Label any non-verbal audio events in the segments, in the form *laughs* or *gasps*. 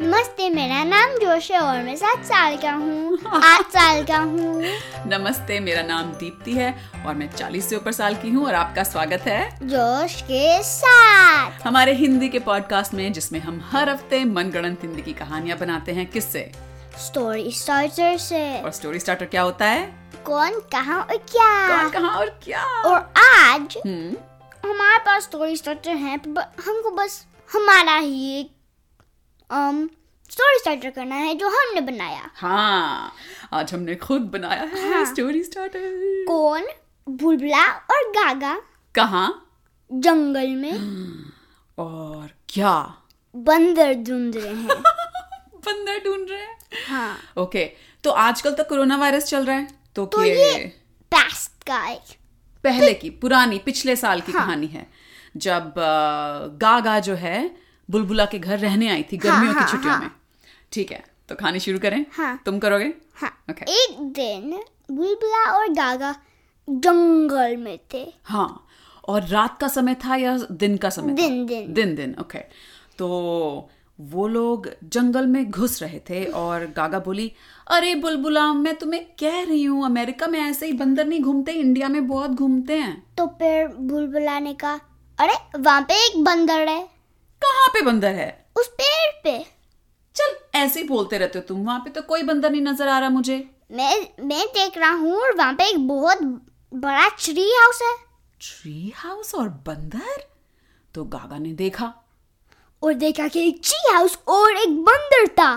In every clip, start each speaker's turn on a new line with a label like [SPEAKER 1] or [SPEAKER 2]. [SPEAKER 1] नमस्ते मेरा नाम जोश है और मैं सात साल का हूँ आठ साल का हूँ
[SPEAKER 2] नमस्ते मेरा नाम दीप्ति है और मैं 40 से ऊपर साल की हूँ और आपका स्वागत है
[SPEAKER 1] जोश के साथ
[SPEAKER 2] हमारे हिंदी के पॉडकास्ट में जिसमें हम हर हफ्ते मनगढ़ंत हिंदी की कहानियां बनाते हैं किससे
[SPEAKER 1] स्टोरी स्टार्टर से
[SPEAKER 2] और स्टोरी स्टार्टर क्या होता है
[SPEAKER 1] कौन कहाँ और
[SPEAKER 2] कौन
[SPEAKER 1] क्या
[SPEAKER 2] कहाँ और क्या
[SPEAKER 1] और आज
[SPEAKER 2] हम्म
[SPEAKER 1] हमारे पास स्टोरी स्टार्टर है पर ब- हमको बस हमारा ही एक अम, स्टोरी स्टार्टर करना है जो हमने बनाया
[SPEAKER 2] हाँ आज हमने खुद बनाया है स्टोरी स्टार्टर
[SPEAKER 1] कौन बुलबुला और गागा
[SPEAKER 2] कहाँ
[SPEAKER 1] जंगल में
[SPEAKER 2] और क्या
[SPEAKER 1] बंदर ढूंढ रहे हैं
[SPEAKER 2] बंदर ढूंढ रहे हैं
[SPEAKER 1] हाँ
[SPEAKER 2] ओके तो आजकल तो कोरोना वायरस चल रहा है तो,
[SPEAKER 1] तो
[SPEAKER 2] ये,
[SPEAKER 1] ये- पास्ट का एक
[SPEAKER 2] पहले की पुरानी पिछले साल की
[SPEAKER 1] हाँ।
[SPEAKER 2] कहानी है जब अ, गागा जो है बुलबुला के घर रहने आई थी गर्मियों
[SPEAKER 1] हाँ,
[SPEAKER 2] की छुट्टियों
[SPEAKER 1] हाँ।
[SPEAKER 2] में ठीक है तो कहानी शुरू करें
[SPEAKER 1] हाँ।
[SPEAKER 2] तुम करोगे
[SPEAKER 1] हाँ
[SPEAKER 2] Okay.
[SPEAKER 1] एक दिन बुलबुला और गागा जंगल में थे
[SPEAKER 2] हाँ और रात का समय था या दिन का समय था?
[SPEAKER 1] दिन- दिन।
[SPEAKER 2] दिन दिन ओके तो वो लोग जंगल में घुस रहे थे और गागा बोली अरे बुलबुला मैं तुम्हें कह रही हूँ अमेरिका में ऐसे ही बंदर नहीं घूमते इंडिया में बहुत घूमते हैं
[SPEAKER 1] तो फिर बुलबुला ने कहा अरे वहाँ पे एक बंदर है
[SPEAKER 2] कहाँ पे बंदर है
[SPEAKER 1] उस पेड़ पे
[SPEAKER 2] चल ऐसे ही बोलते रहते हो तुम वहां पे तो कोई बंदर नहीं नजर आ रहा मुझे
[SPEAKER 1] मैं मैं देख रहा हूँ और वहाँ पे एक बहुत बड़ा ट्री हाउस है
[SPEAKER 2] ट्री हाउस और बंदर तो गागा ने देखा
[SPEAKER 1] और देखा कि एक ट्री हाउस और एक बंदर *gasps* था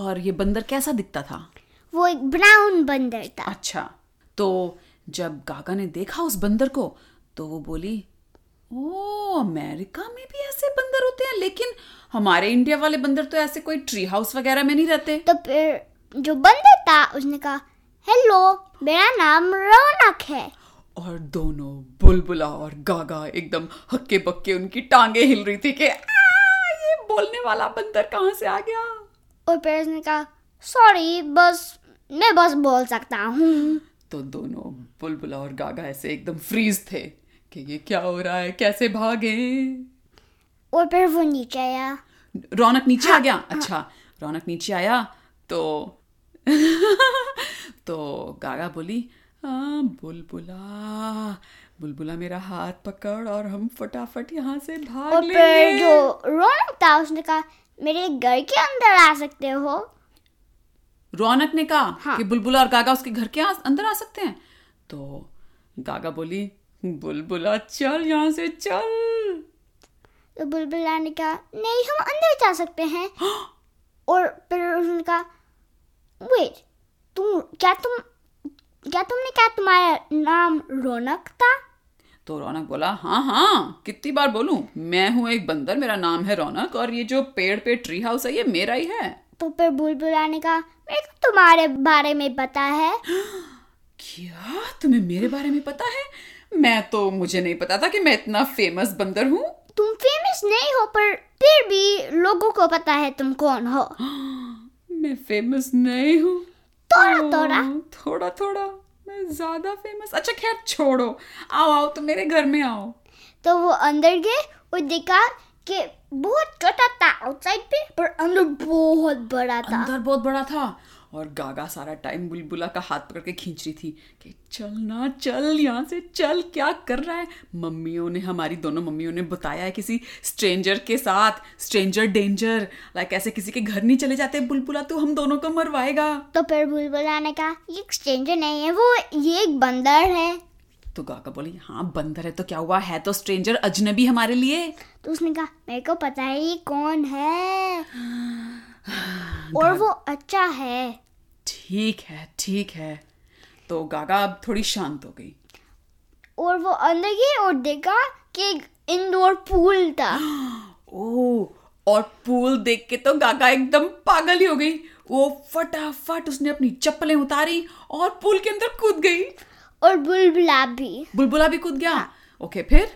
[SPEAKER 2] और ये बंदर कैसा दिखता था
[SPEAKER 1] वो एक ब्राउन बंदर था
[SPEAKER 2] अच्छा तो जब गागा ने देखा उस बंदर को तो वो बोली ओ अमेरिका में भी ऐसे बंदर होते हैं लेकिन हमारे इंडिया वाले बंदर तो ऐसे कोई ट्री हाउस वगैरह में नहीं रहते
[SPEAKER 1] तो फिर जो बंदर था उसने कहा हेलो मेरा नाम रौनक है
[SPEAKER 2] और दोनों बुलबुला और गागा एकदम हक्के बक्के उनकी टांगे हिल रही थी कि "आ, ये बोलने वाला बंदर कहाँ से आ गया
[SPEAKER 1] और पेरेंट्स ने कहा सॉरी बस मैं बस बोल सकता हूँ
[SPEAKER 2] तो दोनों बुलबुला और गागा ऐसे एकदम फ्रीज थे कि ये क्या हो रहा है कैसे भागे
[SPEAKER 1] और फिर वो नीचे आया
[SPEAKER 2] रौनक नीचे आ गया अच्छा रौनक नीचे आया तो *laughs* तो गागा बोली "हाँ, बुलबुला बुलबुला मेरा हाथ पकड़ और हम फटाफट यहाँ से
[SPEAKER 1] और
[SPEAKER 2] भाग
[SPEAKER 1] फिर
[SPEAKER 2] लेंगे
[SPEAKER 1] जो रौनक था उसने कहा मेरे घर के अंदर आ सकते हो
[SPEAKER 2] रौनक ने कहा
[SPEAKER 1] हाँ।
[SPEAKER 2] कि बुलबुला और गागा उसके घर के आ- अंदर आ सकते हैं तो गागा बोली बुलबुला चल यहाँ से चल
[SPEAKER 1] तो बुलबुला ने कहा नहीं हम अंदर जा सकते हैं और फिर उसने कहा वेट तुम क्या तुम क्या तुमने क्या तुम्हारा नाम रौनक था
[SPEAKER 2] तो रौनक बोला हाँ हाँ कितनी बार बोलूं मैं हूं एक बंदर मेरा नाम है रौनक और ये जो पेड़ पे ट्री हाउस है ये मेरा ही है
[SPEAKER 1] तो फिर बुलबुला ने कहा मेरे को तुम्हारे बारे में पता है
[SPEAKER 2] क्या तुम्हें मेरे बारे में पता है मैं तो मुझे नहीं पता था कि मैं इतना फेमस बंदर हूँ
[SPEAKER 1] तुम फेमस नहीं हो पर फिर भी लोगों को पता है तुम कौन हो
[SPEAKER 2] मैं फेमस नहीं हूँ
[SPEAKER 1] थोड़ा थोड़ा
[SPEAKER 2] ओह, थोड़ा थोड़ा मैं ज्यादा फेमस अच्छा खैर छोड़ो आओ आओ तुम मेरे घर में आओ
[SPEAKER 1] तो वो अंदर गए और देखा कि बहुत छोटा था आउटसाइड पे पर अंदर बहुत बड़ा था
[SPEAKER 2] अंदर बहुत बड़ा था और गागा सारा टाइम बुलबुला का हाथ पकड़ के खींच रही थी कि चल ना चल यहाँ से चल क्या कर रहा है मम्मियों ने हमारी दोनों मम्मियों ने बताया है किसी स्ट्रेंजर के साथ स्ट्रेंजर डेंजर लाइक ऐसे किसी के घर नहीं चले जाते बुलबुला तो हम दोनों को मरवाएगा
[SPEAKER 1] तो फिर बुलबुला ने कहा ये एक स्ट्रेंजर नहीं है वो ये एक बंदर है
[SPEAKER 2] तो गागा बोली हाँ बंदर है तो क्या हुआ है तो स्ट्रेंजर अजनबी हमारे लिए
[SPEAKER 1] तो उसने कहा मेरे को पता है ये कौन है और वो अच्छा है
[SPEAKER 2] ठीक है ठीक है तो गागा अब थोड़ी शांत हो गई
[SPEAKER 1] और वो अंदर गए और देखा कि एक इंडोर पूल था
[SPEAKER 2] ओह और पूल देख के तो गागा एकदम पागल ही हो गई वो फटाफट उसने अपनी चप्पलें उतारी और पूल के अंदर कूद गई
[SPEAKER 1] और बुलबुला भी
[SPEAKER 2] बुलबुला भी कूद गया ओके फिर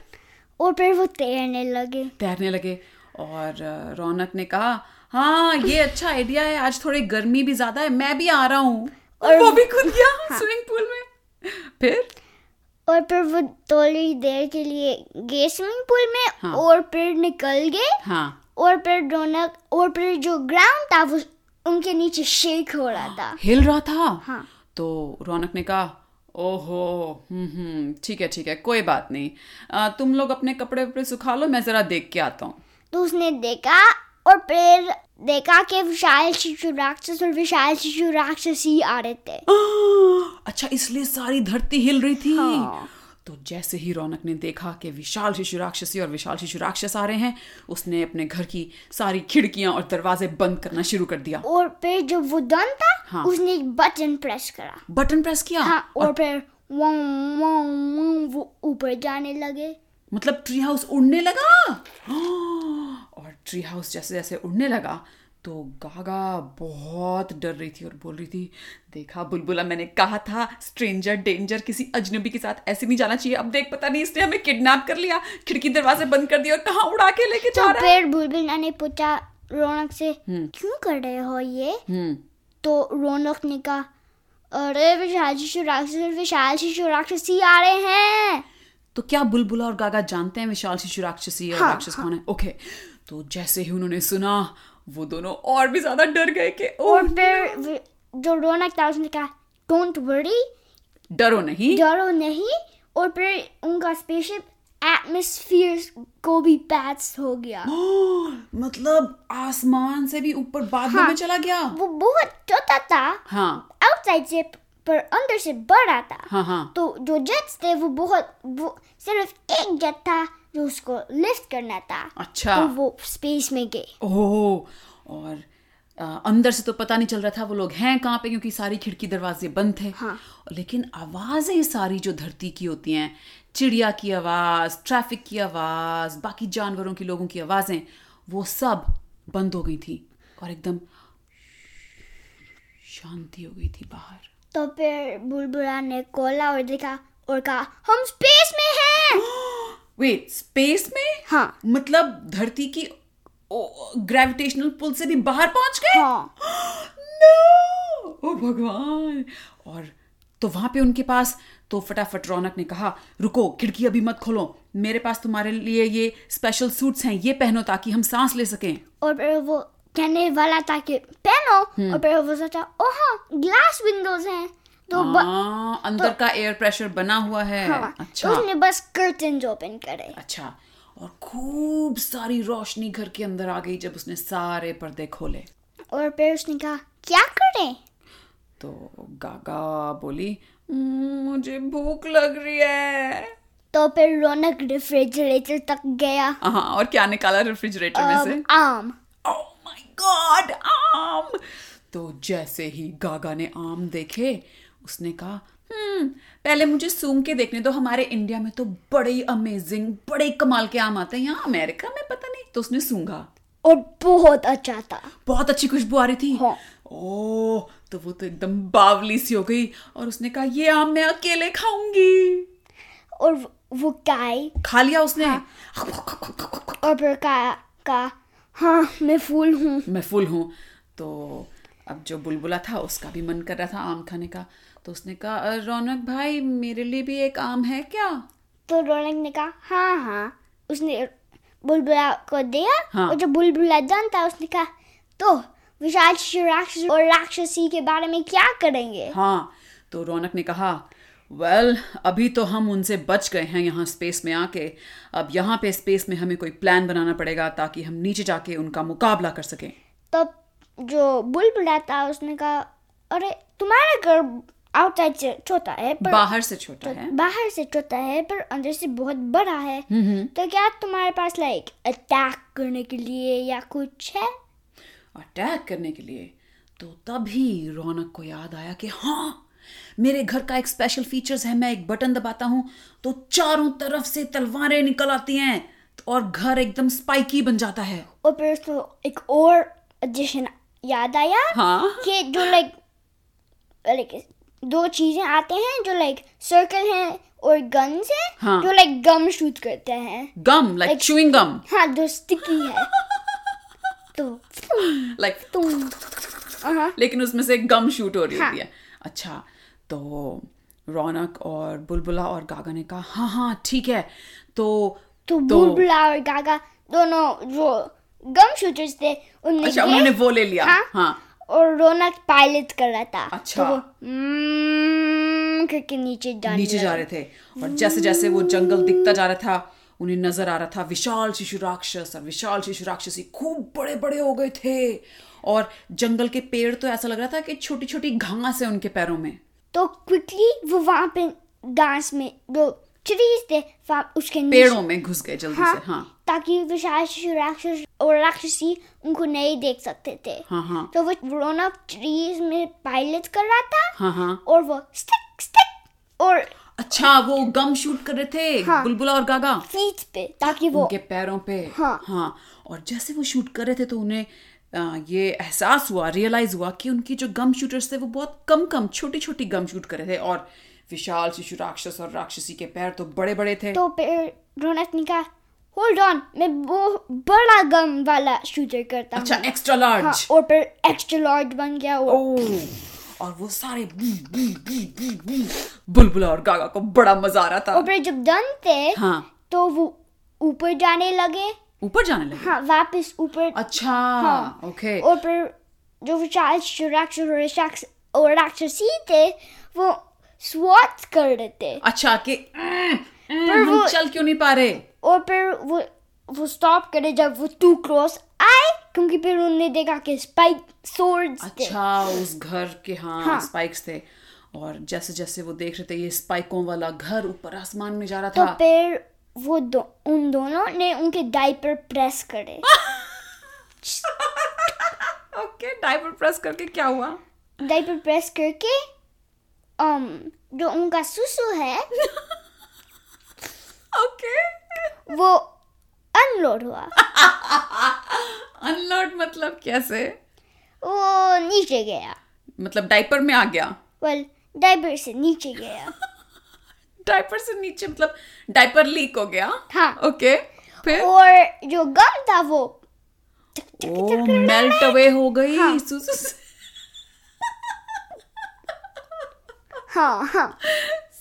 [SPEAKER 1] और फिर वो तैरने लगे
[SPEAKER 2] तैरने लगे और अ, रौनक ने कहा हाँ ये अच्छा आइडिया है आज थोड़ी गर्मी भी ज्यादा है मैं भी आ रहा हूँ और हाँ।
[SPEAKER 1] और-
[SPEAKER 2] वो भी कूद गया स्विमिंग पूल में फिर
[SPEAKER 1] और फिर वो थोड़ी देर के लिए गए स्विमिंग पूल में
[SPEAKER 2] हाँ।
[SPEAKER 1] और फिर निकल गए
[SPEAKER 2] हाँ
[SPEAKER 1] और फिर दोनों और फिर जो ग्राउंड था वो उनके नीचे शेक हो रहा था
[SPEAKER 2] हिल रहा था
[SPEAKER 1] हाँ।
[SPEAKER 2] तो रौनक ने कहा ओहो हम्म हम्म ठीक है ठीक है कोई बात नहीं आ, तुम लोग अपने कपड़े वपड़े सुखा लो मैं जरा देख के आता हूँ
[SPEAKER 1] तो उसने देखा और फिर देखा कि विशाल शिशु राक्षस और विशाल शिशु राक्षस ही आ रहे थे
[SPEAKER 2] आह, अच्छा इसलिए सारी धरती हिल रही थी
[SPEAKER 1] हाँ।
[SPEAKER 2] तो जैसे ही रौनक ने देखा कि विशाल शिशु राक्षसी और विशाल शिशु राक्षस आ रहे हैं उसने अपने घर की सारी खिड़कियां और दरवाजे बंद करना शुरू कर दिया
[SPEAKER 1] और फिर जो वो दन था
[SPEAKER 2] हाँ।
[SPEAKER 1] उसने एक बटन प्रेस करा
[SPEAKER 2] बटन प्रेस किया
[SPEAKER 1] हाँ
[SPEAKER 2] और
[SPEAKER 1] और फिर वो वो ऊपर जाने लगे
[SPEAKER 2] मतलब ट्री हाउस उड़ने लगा हाँ, और ट्री हाउस जैसे जैसे उड़ने लगा तो गागा बहुत डर रही थी और बोल रही थी देखा बुलबुला मैंने कहा था स्ट्रेंजर डेंजर किसी अजनबी के साथ ऐसे नहीं जाना चाहिए अब देख पता नहीं इसने हमें किडनैप कर लिया खिड़की दरवाजे बंद कर दिए और कहाँ उड़ा के लेके जा
[SPEAKER 1] तो
[SPEAKER 2] रहा है
[SPEAKER 1] फिर बुलबुला ने पूछा रौनक से क्यों कर रहे हो ये
[SPEAKER 2] हम्म,
[SPEAKER 1] तो रौनक ने कहा अरे विशाल शिशु राक्षस और विशाल शिशु राक्षस ही आ रहे हैं
[SPEAKER 2] तो क्या बुलबुला और गागा जानते हैं विशाल शिशु राक्षसी और
[SPEAKER 1] हाँ,
[SPEAKER 2] राक्षस कौन है ओके तो जैसे ही उन्होंने सुना वो दोनों और भी ज्यादा डर गए कि ओ
[SPEAKER 1] और फिर वे- जो रौनक था उसने कहा डोंट वरी
[SPEAKER 2] डरो नहीं
[SPEAKER 1] डरो नहीं और फिर उनका स्पेसशिप एटमोस्फियर को भी पैच हो गया
[SPEAKER 2] हाँ। ओह, *gasps* मतलब आसमान से भी ऊपर बादलों
[SPEAKER 1] हाँ।
[SPEAKER 2] में चला गया
[SPEAKER 1] वो बहुत छोटा था
[SPEAKER 2] हाँ
[SPEAKER 1] आउटसाइड से पर अंदर से बड़ा था
[SPEAKER 2] हाँ हाँ
[SPEAKER 1] तो जो जेट्स थे वो बहुत वो सिर्फ एक जेट था जो उसको लिफ्ट करना था
[SPEAKER 2] अच्छा
[SPEAKER 1] तो वो स्पेस में गए
[SPEAKER 2] ओह और आ, अंदर से तो पता नहीं चल रहा था वो लोग हैं कहाँ पे क्योंकि सारी खिड़की दरवाजे बंद थे
[SPEAKER 1] हाँ।
[SPEAKER 2] लेकिन आवाजें सारी जो धरती की होती हैं चिड़िया की आवाज ट्रैफिक की आवाज बाकी जानवरों की लोगों की आवाजें वो सब बंद हो गई थी और एकदम शांति हो गई थी बाहर
[SPEAKER 1] तो फिर बुलबुला ने खोला और देखा और कहा हम स्पेस में हैं
[SPEAKER 2] *gasps* वेट स्पेस में
[SPEAKER 1] हाँ
[SPEAKER 2] मतलब धरती की ग्रेविटेशनल पुल से भी बाहर पहुंच गए
[SPEAKER 1] हाँ
[SPEAKER 2] नो ओ भगवान और तो वहां पे उनके पास तो फटाफट रौनक ने कहा रुको खिड़की अभी मत खोलो मेरे पास तुम्हारे लिए ये स्पेशल सूट्स हैं ये पहनो ताकि हम सांस ले सकें
[SPEAKER 1] और फिर वो कहने वाला था कि पहनो
[SPEAKER 2] हम्म।
[SPEAKER 1] और फिर वो सोचा ओ हाँ ग्लास विंडोज हैं तो ब- तो-
[SPEAKER 2] हाँ अंदर का एयर प्रेशर बना हुआ है
[SPEAKER 1] हाँ,
[SPEAKER 2] अच्छा
[SPEAKER 1] तो उसने बस कर्टन ओपन करे
[SPEAKER 2] अच्छा और खूब सारी रोशनी घर के अंदर आ गई जब उसने सारे पर्दे खोले
[SPEAKER 1] और फिर उसने कहा क्या करें
[SPEAKER 2] तो गागा बोली "म्म, मुझे भूख लग रही है
[SPEAKER 1] तो फिर रौनक रेफ्रिजरेटर तक गया
[SPEAKER 2] हाँ और क्या निकाला रेफ्रिजरेटर में से
[SPEAKER 1] अम, आम
[SPEAKER 2] ओह माय गॉड आम तो जैसे ही गागा ने आम देखे उसने कहा हम्म पहले मुझे सूंघ के देखने दो हमारे इंडिया में तो बड़े ही अमेजिंग बड़े ही कमाल के आम आते हैं यहाँ अमेरिका में पता नहीं तो उसने सूंघा
[SPEAKER 1] और बहुत अच्छा था
[SPEAKER 2] बहुत अच्छी खुशबू आ रही थी
[SPEAKER 1] हाँ।
[SPEAKER 2] ओह तो वो तो एकदम बावली सी हो गई और उसने कहा ये आम मैं अकेले खाऊंगी
[SPEAKER 1] और वो- वो गाय
[SPEAKER 2] खा लिया उसने
[SPEAKER 1] और फिर का, का हाँ मैं फूल हूँ
[SPEAKER 2] मैं फुल हूँ तो अब जो बुलबुला था उसका भी मन कर रहा था आम खाने का तो उसने कहा "अ, रौनक भाई मेरे लिए भी एक आम है क्या
[SPEAKER 1] तो रौनक ने कहा हाँ हाँ उसने बुलबुला को दिया
[SPEAKER 2] हाँ।
[SPEAKER 1] और जो बुलबुला दन था उसने कहा तो विशाल शिशु राक्षस और राक्षसी के बारे में क्या करेंगे
[SPEAKER 2] हाँ तो रौनक ने कहा वेल well, अभी तो हम उनसे बच गए हैं यहाँ स्पेस में आके अब यहाँ पे स्पेस में हमें कोई प्लान बनाना पड़ेगा ताकि हम नीचे जाके उनका मुकाबला कर सकें
[SPEAKER 1] तब जो बुलबुला था उसने कहा अरे तुम्हारा घर आउटसाइड से छोटा है पर तो
[SPEAKER 2] बाहर से छोटा है
[SPEAKER 1] बाहर से छोटा है पर अंदर से बहुत बड़ा है
[SPEAKER 2] हम्म,
[SPEAKER 1] तो क्या तुम्हारे पास लाइक अटैक करने के लिए या कुछ है
[SPEAKER 2] अटैक करने के लिए तो तभी रौनक को याद आया कि हाँ मेरे घर का एक स्पेशल फीचर्स है मैं एक बटन दबाता हूँ तो चारों तरफ से तलवारें निकल आती हैं और घर एकदम स्पाइकी बन जाता है
[SPEAKER 1] और फिर उसको एक और एडिशन याद आया
[SPEAKER 2] हाँ
[SPEAKER 1] कि जो लाइक लाइक दो चीजें आते हैं जो लाइक सर्कल हैं और गन्स हैं
[SPEAKER 2] हाँ।
[SPEAKER 1] जो लाइक गम शूट करते हैं
[SPEAKER 2] गम लाइक चूइंग गम
[SPEAKER 1] हाँ जो स्टिकी
[SPEAKER 2] *laughs*
[SPEAKER 1] है तो
[SPEAKER 2] लाइक
[SPEAKER 1] तुम हाँ
[SPEAKER 2] लेकिन उसमें से गम शूट हो रही
[SPEAKER 1] हाँ।
[SPEAKER 2] होती है अच्छा तो रौनक और बुलबुला और गागा ने कहा हाँ हाँ ठीक है तो
[SPEAKER 1] तो बुलबुला और गागा दोनों जो गम शूटर्स थे उनने
[SPEAKER 2] अच्छा
[SPEAKER 1] ये-
[SPEAKER 2] उन्होंने वो ले लिया
[SPEAKER 1] हाँ,
[SPEAKER 2] हाँ
[SPEAKER 1] और रौनक पायलट कर रहा था
[SPEAKER 2] अच्छा।
[SPEAKER 1] तो वो "Mm" करके नीचे जाने
[SPEAKER 2] नीचे जा
[SPEAKER 1] लगा।
[SPEAKER 2] रहे थे और जैसे जैसे वो जंगल दिखता जा रहा था उन्हें नजर आ रहा था विशाल शिशु राक्षस और विशाल शिशु राक्षसी खूब बड़े बड़े हो गए थे और जंगल के पेड़ तो ऐसा लग रहा था कि छोटी छोटी घास है उनके पैरों में
[SPEAKER 1] तो क्विकली वो वहां पे घास में जो ट्रीज थे वहाँ उसके नीचे
[SPEAKER 2] पेड़ों में घुस गए जल्दी से हाँ
[SPEAKER 1] ताकि विशाल शिशु राक्षस और राक्षसी उनको नहीं देख सकते थे
[SPEAKER 2] हाँ हाँ
[SPEAKER 1] तो वो रौनक ट्रीज में पायलट कर रहा था
[SPEAKER 2] हाँ हाँ
[SPEAKER 1] और वो स्टिक स्टिक और
[SPEAKER 2] अच्छा वो गम शूट कर रहे थे
[SPEAKER 1] हाँ।
[SPEAKER 2] बुलबुला और गागा
[SPEAKER 1] फीट पे ताकि वो
[SPEAKER 2] उनके पैरों पे
[SPEAKER 1] हाँ।
[SPEAKER 2] और जैसे वो शूट कर रहे थे तो उन्हें आ, ये एहसास हुआ रियलाइज हुआ कि उनकी जो गम शूटर्स थे वो बहुत कम कम छोटी छोटी गम शूट कर रहे थे और विशाल शिशु राक्षस और राक्षसी के पैर तो बड़े बड़े थे
[SPEAKER 1] तो फिर रौनक ने कहा होल्ड ऑन मैं वो बड़ा गम वाला शूटर करता हूँ
[SPEAKER 2] अच्छा एक्स्ट्रा लार्ज
[SPEAKER 1] हाँ, और फिर एक्स्ट्रा लार्ज बन गया और
[SPEAKER 2] और वो सारे बू, बू, बू, बू, बू, बुलबुला और गागा को बड़ा मजा आ रहा
[SPEAKER 1] और
[SPEAKER 2] था
[SPEAKER 1] फिर जब डन थे
[SPEAKER 2] हाँ
[SPEAKER 1] तो वो ऊपर जाने लगे
[SPEAKER 2] ऊपर जाने लगे
[SPEAKER 1] हाँ वापस ऊपर
[SPEAKER 2] अच्छा
[SPEAKER 1] हाँ।
[SPEAKER 2] ओके
[SPEAKER 1] और फिर जो विशाल शिशु राक्षस और राक्षस और राक्षसी थे वो स्वाट कर रहे थे
[SPEAKER 2] अच्छा कि "अं, अं,
[SPEAKER 1] पर
[SPEAKER 2] हम
[SPEAKER 1] वो-
[SPEAKER 2] चल क्यों नहीं पा रहे
[SPEAKER 1] और फिर वो वो स्टॉप करे जब वो टू क्रॉस आए क्योंकि फिर उन्होंने देखा कि स्पाइक swords थे
[SPEAKER 2] अच्छा उस घर के हाँ,
[SPEAKER 1] हाँ।
[SPEAKER 2] स्पाइक्स थे और जैसे जैसे वो देख रहे थे ये स्पाइकों वाला घर ऊपर आसमान में जा रहा
[SPEAKER 1] तो
[SPEAKER 2] था
[SPEAKER 1] फिर वो दो, उन दोनों ने उनके डाइपर प्रेस करे
[SPEAKER 2] ओके डाइपर प्रेस करके क्या हुआ
[SPEAKER 1] डाइपर प्रेस करके um, जो उनका सुसु है
[SPEAKER 2] ओके
[SPEAKER 1] वो अनलोड हुआ
[SPEAKER 2] अनलोड मतलब कैसे
[SPEAKER 1] वो नीचे गया
[SPEAKER 2] मतलब डाइपर में आ गया
[SPEAKER 1] वेल डाइपर से नीचे गया
[SPEAKER 2] डाइपर से नीचे मतलब डाइपर लीक हो गया
[SPEAKER 1] हाँ।
[SPEAKER 2] ओके फिर
[SPEAKER 1] और जो गम था वो
[SPEAKER 2] ओ मेल्ट अवे हो गई
[SPEAKER 1] हाँ।
[SPEAKER 2] सु- सु- सु-
[SPEAKER 1] हाँ हाँ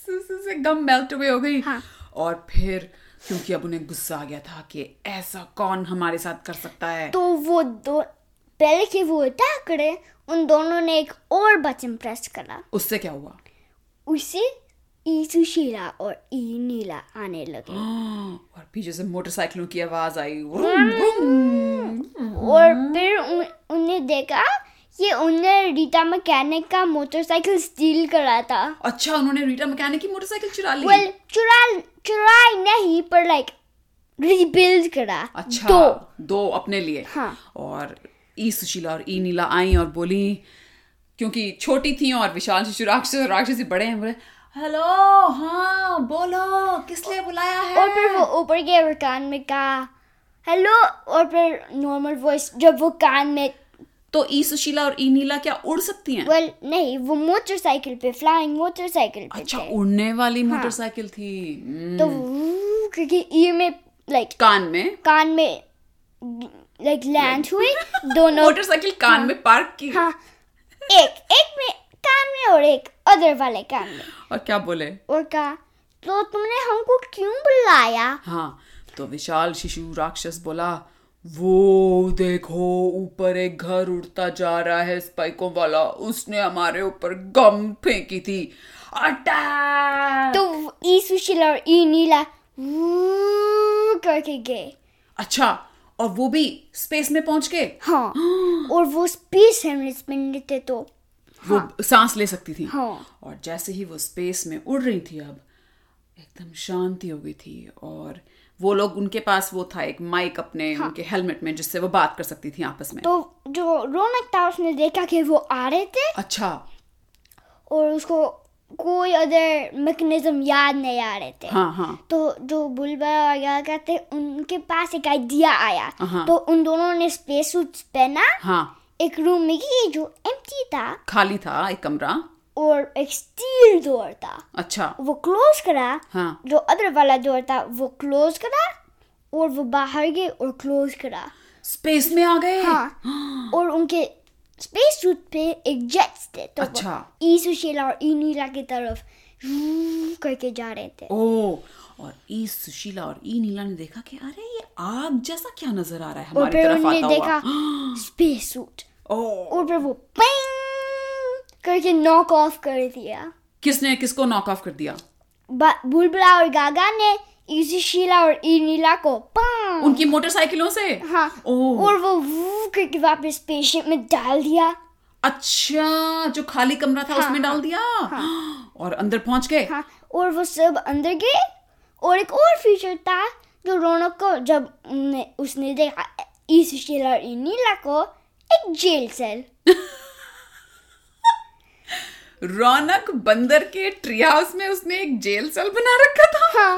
[SPEAKER 2] सुसु से गम मेल्ट अवे हो गई
[SPEAKER 1] हाँ।
[SPEAKER 2] और फिर क्योंकि अब उन्हें गुस्सा आ गया था कि ऐसा कौन हमारे साथ कर सकता है
[SPEAKER 1] तो वो दो पहले कि वो अटैक करे उन दोनों ने एक और बटन प्रेस करा
[SPEAKER 2] उससे क्या हुआ
[SPEAKER 1] उससे ई सुशीला और ई नीला आने लगे
[SPEAKER 2] *gasps* और पीछे से मोटरसाइकिलों की आवाज आई वुरुम, वुरुम।
[SPEAKER 1] और फिर उन, उन्हें देखा कि उन्हें रीटा मैकेनिक का मोटरसाइकिल स्टील करा था
[SPEAKER 2] अच्छा उन्होंने रीटा मैकेनिक की मोटरसाइकिल चुरा ली
[SPEAKER 1] वेल चुरा चुराई नहीं पर लाइक रिबिल्ड करा
[SPEAKER 2] अच्छा
[SPEAKER 1] तो
[SPEAKER 2] दो अपने लिए
[SPEAKER 1] हाँ।
[SPEAKER 2] और ई सुशीला और ई नीला आई और बोली क्योंकि छोटी थी और विशाल शिशु राक्षस और राक्षसी बड़े हैं बोले हेलो हाँ बोलो किस लिए बुलाया है
[SPEAKER 1] और फिर वो ऊपर गए और कान में कहा हेलो और फिर नॉर्मल वॉइस जब वो कान में
[SPEAKER 2] तो ई सुशीला और ई नीला क्या उड़ सकती हैं
[SPEAKER 1] वेल नहीं वो मोटरसाइकिल पे फ्लाइंग मोटरसाइकिल पे
[SPEAKER 2] अच्छा
[SPEAKER 1] थे
[SPEAKER 2] उड़ने वाली
[SPEAKER 1] हाँ।
[SPEAKER 2] मोटरसाइकिल थी हम्म,
[SPEAKER 1] तो वो- क्योंकि ई में लाइक
[SPEAKER 2] कान में
[SPEAKER 1] कान में लाइक लैंड हुए दोनों
[SPEAKER 2] मोटरसाइकिल कान में पार्क की
[SPEAKER 1] हाँ एक एक में कान में और एक अदर वाले कान में
[SPEAKER 2] और क्या बोले
[SPEAKER 1] और कहा तो तुमने हमको क्यों बुलाया
[SPEAKER 2] हाँ तो विशाल शिशु राक्षस बोला वो देखो ऊपर एक घर उड़ता जा रहा है स्पाइकों वाला उसने हमारे ऊपर गम फेंकी थी अटैक
[SPEAKER 1] तो ई सुशीला और ई नीला "वू" करके गए
[SPEAKER 2] अच्छा और वो भी स्पेस में पहुंच के *gasps*
[SPEAKER 1] हाँ और वो स्पेस हेमरेज में थे तो
[SPEAKER 2] वो सांस ले सकती थी
[SPEAKER 1] हाँ।
[SPEAKER 2] और जैसे ही वो स्पेस में उड़ रही थी अब एकदम शांति हो गई थी और वो लोग उनके पास वो था एक माइक अपने उनके हेलमेट में जिससे वो बात कर सकती थी आपस में
[SPEAKER 1] हाँ। तो जो रौनक था उसने देखा कि वो आ रहे थे
[SPEAKER 2] अच्छा
[SPEAKER 1] और उसको कोई अदर मैकेनिज्म याद नहीं आ रहे थे
[SPEAKER 2] हाँ हाँ
[SPEAKER 1] तो जो बुलबा और गागा थे उनके पास एक आइडिया आया
[SPEAKER 2] हाँ।
[SPEAKER 1] तो उन दोनों ने स्पेस सूट पहना
[SPEAKER 2] हाँ
[SPEAKER 1] एक रूम में गई जो एम्प्टी था
[SPEAKER 2] खाली था एक कमरा
[SPEAKER 1] और एक स्टील डोर था
[SPEAKER 2] अच्छा
[SPEAKER 1] वो क्लोज करा
[SPEAKER 2] हाँ
[SPEAKER 1] जो अदर वाला डोर था वो क्लोज करा और वो बाहर गए और क्लोज करा
[SPEAKER 2] स्पेस में आ गए *gasps*
[SPEAKER 1] हाँ और उनके स्पेस सूट पे एक जेट थे तो
[SPEAKER 2] अच्छा।
[SPEAKER 1] ई सुशीला और ई नीला की तरफ रू करके जा रहे थे
[SPEAKER 2] ओ और ई सुशीला और ई नीला ने देखा कि अरे ये आग जैसा क्या नजर आ रहा है
[SPEAKER 1] और
[SPEAKER 2] हमारी
[SPEAKER 1] फिर
[SPEAKER 2] तरफ
[SPEAKER 1] उन्होंने
[SPEAKER 2] आता
[SPEAKER 1] देखा
[SPEAKER 2] हुआ
[SPEAKER 1] स्पेस सूट
[SPEAKER 2] ओ
[SPEAKER 1] और फिर वो पिंग करके नॉक ऑफ कर दिया
[SPEAKER 2] किसने किसको नॉक ऑफ कर दिया
[SPEAKER 1] हाँ। बा- बुलबुला और गागा ने इसी शीला और ई नीला को पांग
[SPEAKER 2] उनकी मोटरसाइकिलों से
[SPEAKER 1] हाँ
[SPEAKER 2] ओ
[SPEAKER 1] और वो वू करके वापस स्पेसशिप में डाल दिया
[SPEAKER 2] अच्छा जो खाली कमरा था उसमें डाल दिया और अंदर पहुंच गए
[SPEAKER 1] हाँ और वो सब अंदर गए और एक और फीचर था जो रौनक को जब उनने, उसने देखा ई सुशीला और ई नीला को एक जेल सेल
[SPEAKER 2] रौनक बंदर के ट्री हाउस में उसने एक जेल सेल बना रखा था
[SPEAKER 1] हाँ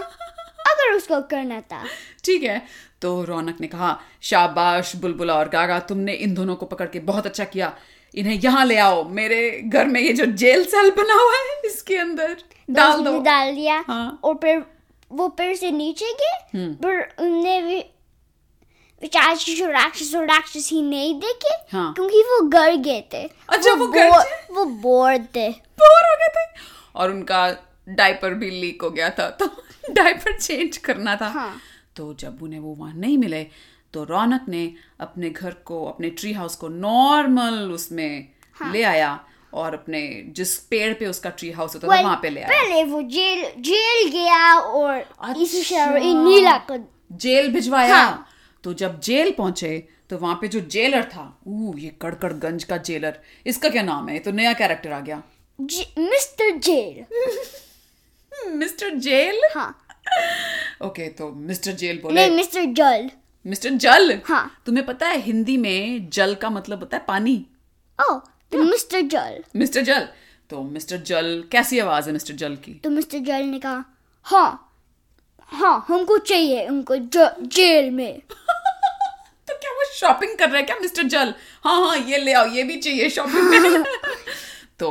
[SPEAKER 1] अगर उसको करना था
[SPEAKER 2] ठीक है तो रौनक ने कहा शाबाश बुलबुला और गागा तुमने इन दोनों को पकड़ के बहुत अच्छा किया इन्हें यहाँ ले आओ मेरे घर में ये जो जेल सेल बना हुआ है इसके अंदर डाल
[SPEAKER 1] उसने
[SPEAKER 2] दो
[SPEAKER 1] डाल दिया
[SPEAKER 2] हाँ। हम्म।
[SPEAKER 1] और फिर वो फिर से नीचे गए पर उनने भी कुछ राक्षस और राक्षस और राक्षस ही नहीं देखे
[SPEAKER 2] हाँ।
[SPEAKER 1] क्योंकि वो घर गए थे
[SPEAKER 2] अच्छा, वो घर
[SPEAKER 1] बोर-
[SPEAKER 2] गए? तो
[SPEAKER 1] वो बोर थे
[SPEAKER 2] बोर हो गए थे और उनका डायपर भी लीक हो गया था तो *laughs* डायपर चेंज करना था
[SPEAKER 1] हाँ।
[SPEAKER 2] तो जब उन्हें वो वहां नहीं मिले तो रौनक ने अपने घर को अपने ट्री हाउस को नॉर्मल उसमें ले आया और अपने जिस पेड़ पे उसका ट्री हाउस होता था
[SPEAKER 1] Well,
[SPEAKER 2] वहां पे ले आया
[SPEAKER 1] पहले वो जेल जेल गया और इसी शहर
[SPEAKER 2] अच्छा।
[SPEAKER 1] नीला को
[SPEAKER 2] जेल भिजवाया
[SPEAKER 1] हाँ।
[SPEAKER 2] तो जब जेल पहुंचे तो वहां पे जो जेलर था ऊ ये कड़कड़गंज का जेलर इसका क्या नाम है ये तो नया कैरेक्टर आ गया
[SPEAKER 1] हम्म, जे- मिस्टर जेल
[SPEAKER 2] मिस्टर जेल
[SPEAKER 1] हाँ
[SPEAKER 2] ओके तो मिस्टर जेल बोले
[SPEAKER 1] नहीं मिस्टर जल
[SPEAKER 2] मिस्टर जल
[SPEAKER 1] हाँ।
[SPEAKER 2] तुम्हें पता है हिंदी में जल का मतलब होता है पानी
[SPEAKER 1] ओ तो
[SPEAKER 2] हाँ।
[SPEAKER 1] मिस्टर जल
[SPEAKER 2] मिस्टर जल तो मिस्टर जल कैसी आवाज है मिस्टर जल की
[SPEAKER 1] तो मिस्टर जल ने कहा हाँ हाँ हमको चाहिए उनको ज- जेल में
[SPEAKER 2] तो क्या वो शॉपिंग कर रहे हैं क्या मिस्टर जल हाँ हाँ ये ले आओ ये भी चाहिए शॉपिंग में तो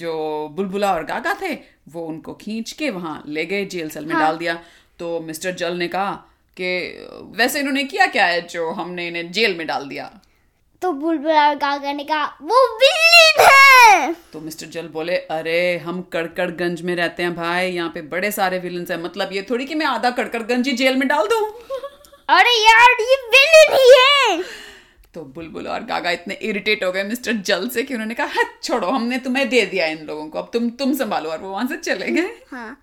[SPEAKER 2] जो बुलबुला और गागा थे वो उनको खींच के वहां ले गए जेल सेल में डाल दिया तो मिस्टर जल ने कहा कि वैसे इन्होंने किया क्या है जो हमने इन्हें जेल में डाल दिया
[SPEAKER 1] तो बुलबुला और गागा ने कहा वो विलेन है
[SPEAKER 2] तो मिस्टर जल बोले अरे हम कड़कड़गंज में रहते हैं भाई यहाँ पे बड़े सारे विलन्स हैं मतलब ये थोड़ी कि मैं आधा कड़कड़गंज ही जेल में डाल दूं
[SPEAKER 1] अरे यार ये विलेन ही है
[SPEAKER 2] तो बुलबुल और गागा इतने इरिटेट हो गए मिस्टर जल से कि उन्होंने कहा हट छोड़ो हमने तुम्हें दे दिया इन लोगों को अब तुम तुम संभालो और वो वहां से चले गए
[SPEAKER 1] हाँ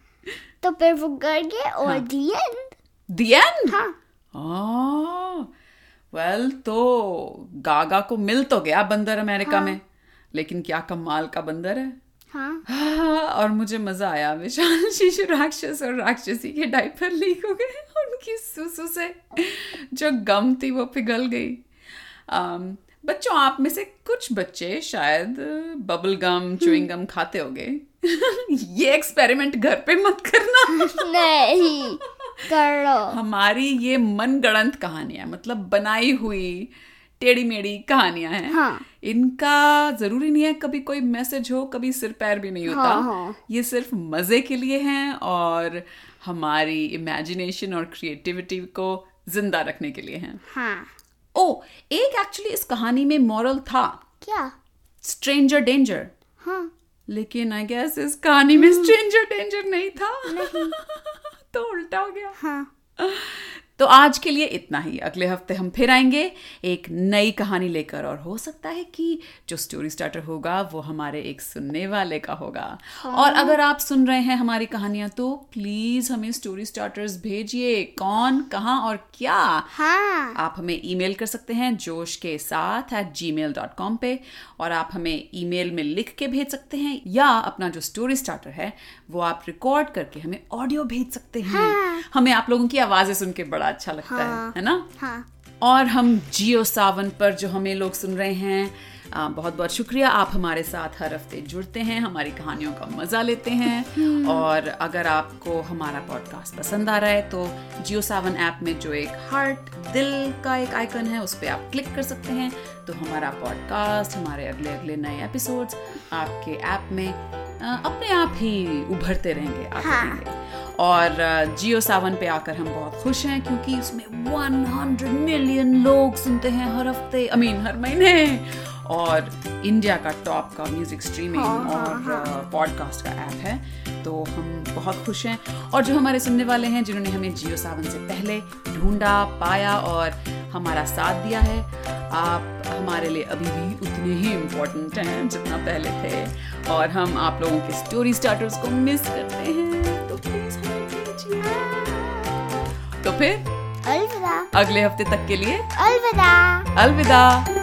[SPEAKER 1] तो फिर वो घर गए और दी एंड
[SPEAKER 2] दी एंड
[SPEAKER 1] हाँ
[SPEAKER 2] वेल हाँ, तो गागा को मिल तो गया बंदर अमेरिका में लेकिन क्या कमाल का बंदर है
[SPEAKER 1] हाँ
[SPEAKER 2] हाँ, *laughs* और मुझे मजा आया विशाल शिशु *laughs* राक्षस और राक्षसी के डायपर लीक हो गए उनकी सुसु से जो गम थी वो पिघल गई अम, बच्चों आप में से कुछ बच्चे शायद बबल गम चुइंग गम खाते होंगे *laughs* ये एक्सपेरिमेंट घर पे मत करना
[SPEAKER 1] नहीं करो
[SPEAKER 2] हमारी ये मनगढ़ंत कहानियां मतलब बनाई हुई टेढ़ी मेढ़ी कहानियां हैं
[SPEAKER 1] हाँ।
[SPEAKER 2] इनका जरूरी नहीं है कभी कोई मैसेज हो कभी सिर पैर भी नहीं होता
[SPEAKER 1] हाँ, हाँ।
[SPEAKER 2] ये सिर्फ मजे के लिए हैं और हमारी इमेजिनेशन और क्रिएटिविटी को जिंदा रखने के लिए हैं
[SPEAKER 1] हाँ
[SPEAKER 2] ओ एक एक्चुअली इस कहानी में मॉरल था
[SPEAKER 1] क्या
[SPEAKER 2] स्ट्रेंजर डेंजर
[SPEAKER 1] हाँ
[SPEAKER 2] लेकिन आई गेस इस कहानी में
[SPEAKER 1] हम्म।
[SPEAKER 2] स्ट्रेंजर डेंजर नहीं था *laughs* तो उल्टा हो गया
[SPEAKER 1] हाँ
[SPEAKER 2] तो आज के लिए इतना ही अगले हफ्ते हम फिर आएंगे एक नई कहानी लेकर और हो सकता है कि जो स्टोरी स्टार्टर होगा वो हमारे एक सुनने वाले का होगा और अगर आप सुन रहे हैं हमारी कहानियां तो प्लीज हमें स्टोरी स्टार्टर्स भेजिए कौन कहाँ और क्या
[SPEAKER 1] हाँ
[SPEAKER 2] आप हमें ईमेल कर सकते हैं जोश के साथ at gmail dot com पे और आप हमें ईमेल में लिख के भेज सकते हैं या अपना जो स्टोरी स्टार्टर है वो आप रिकॉर्ड करके हमें ऑडियो भेज सकते हैं हमें आप लोगों की आवाज़ें सुन के बड़ा अच्छा लगता है
[SPEAKER 1] हाँ।
[SPEAKER 2] है ना
[SPEAKER 1] हाँ
[SPEAKER 2] और हम जियो सावन पर जो हमें लोग सुन रहे हैं आ, बहुत बहुत शुक्रिया आप हमारे साथ हर हफ्ते जुड़ते हैं हमारी कहानियों का मजा लेते हैं और अगर आपको हमारा पॉडकास्ट पसंद आ रहा है तो जियो सावन ऐप में जो एक हार्ट दिल का एक आइकन है उस पर आप क्लिक कर सकते हैं तो हमारा पॉडकास्ट हमारे अगले अगले नए एपिसोड्स आपके ऐप में आ, अपने आप ही उभरते रहेंगे आते
[SPEAKER 1] हाँ।
[SPEAKER 2] रहेंगे और जियो सावन पे आकर हम बहुत खुश हैं क्योंकि उसमें 100 मिलियन लोग सुनते हैं हर हफ्ते आई मीन हर महीने और इंडिया का टॉप का म्यूजिक स्ट्रीमिंग
[SPEAKER 1] हाँ, हाँ,
[SPEAKER 2] और पॉडकास्ट का ऐप है तो हम बहुत खुश हैं और जो हमारे सुनने वाले हैं जिन्होंने हमें जियो सावन से पहले ढूंढा पाया और हमारा साथ दिया है आप हमारे लिए अभी भी उतने ही इम्पोर्टेंट हैं जितना पहले थे और हम आप लोगों के स्टोरी स्टार्टर्स को मिस करते हैं तो प्लीज़ हमें भेजिए। तो फिर
[SPEAKER 1] अलविदा
[SPEAKER 2] अगले हफ्ते तक के लिए
[SPEAKER 1] अलविदा
[SPEAKER 2] अलविदा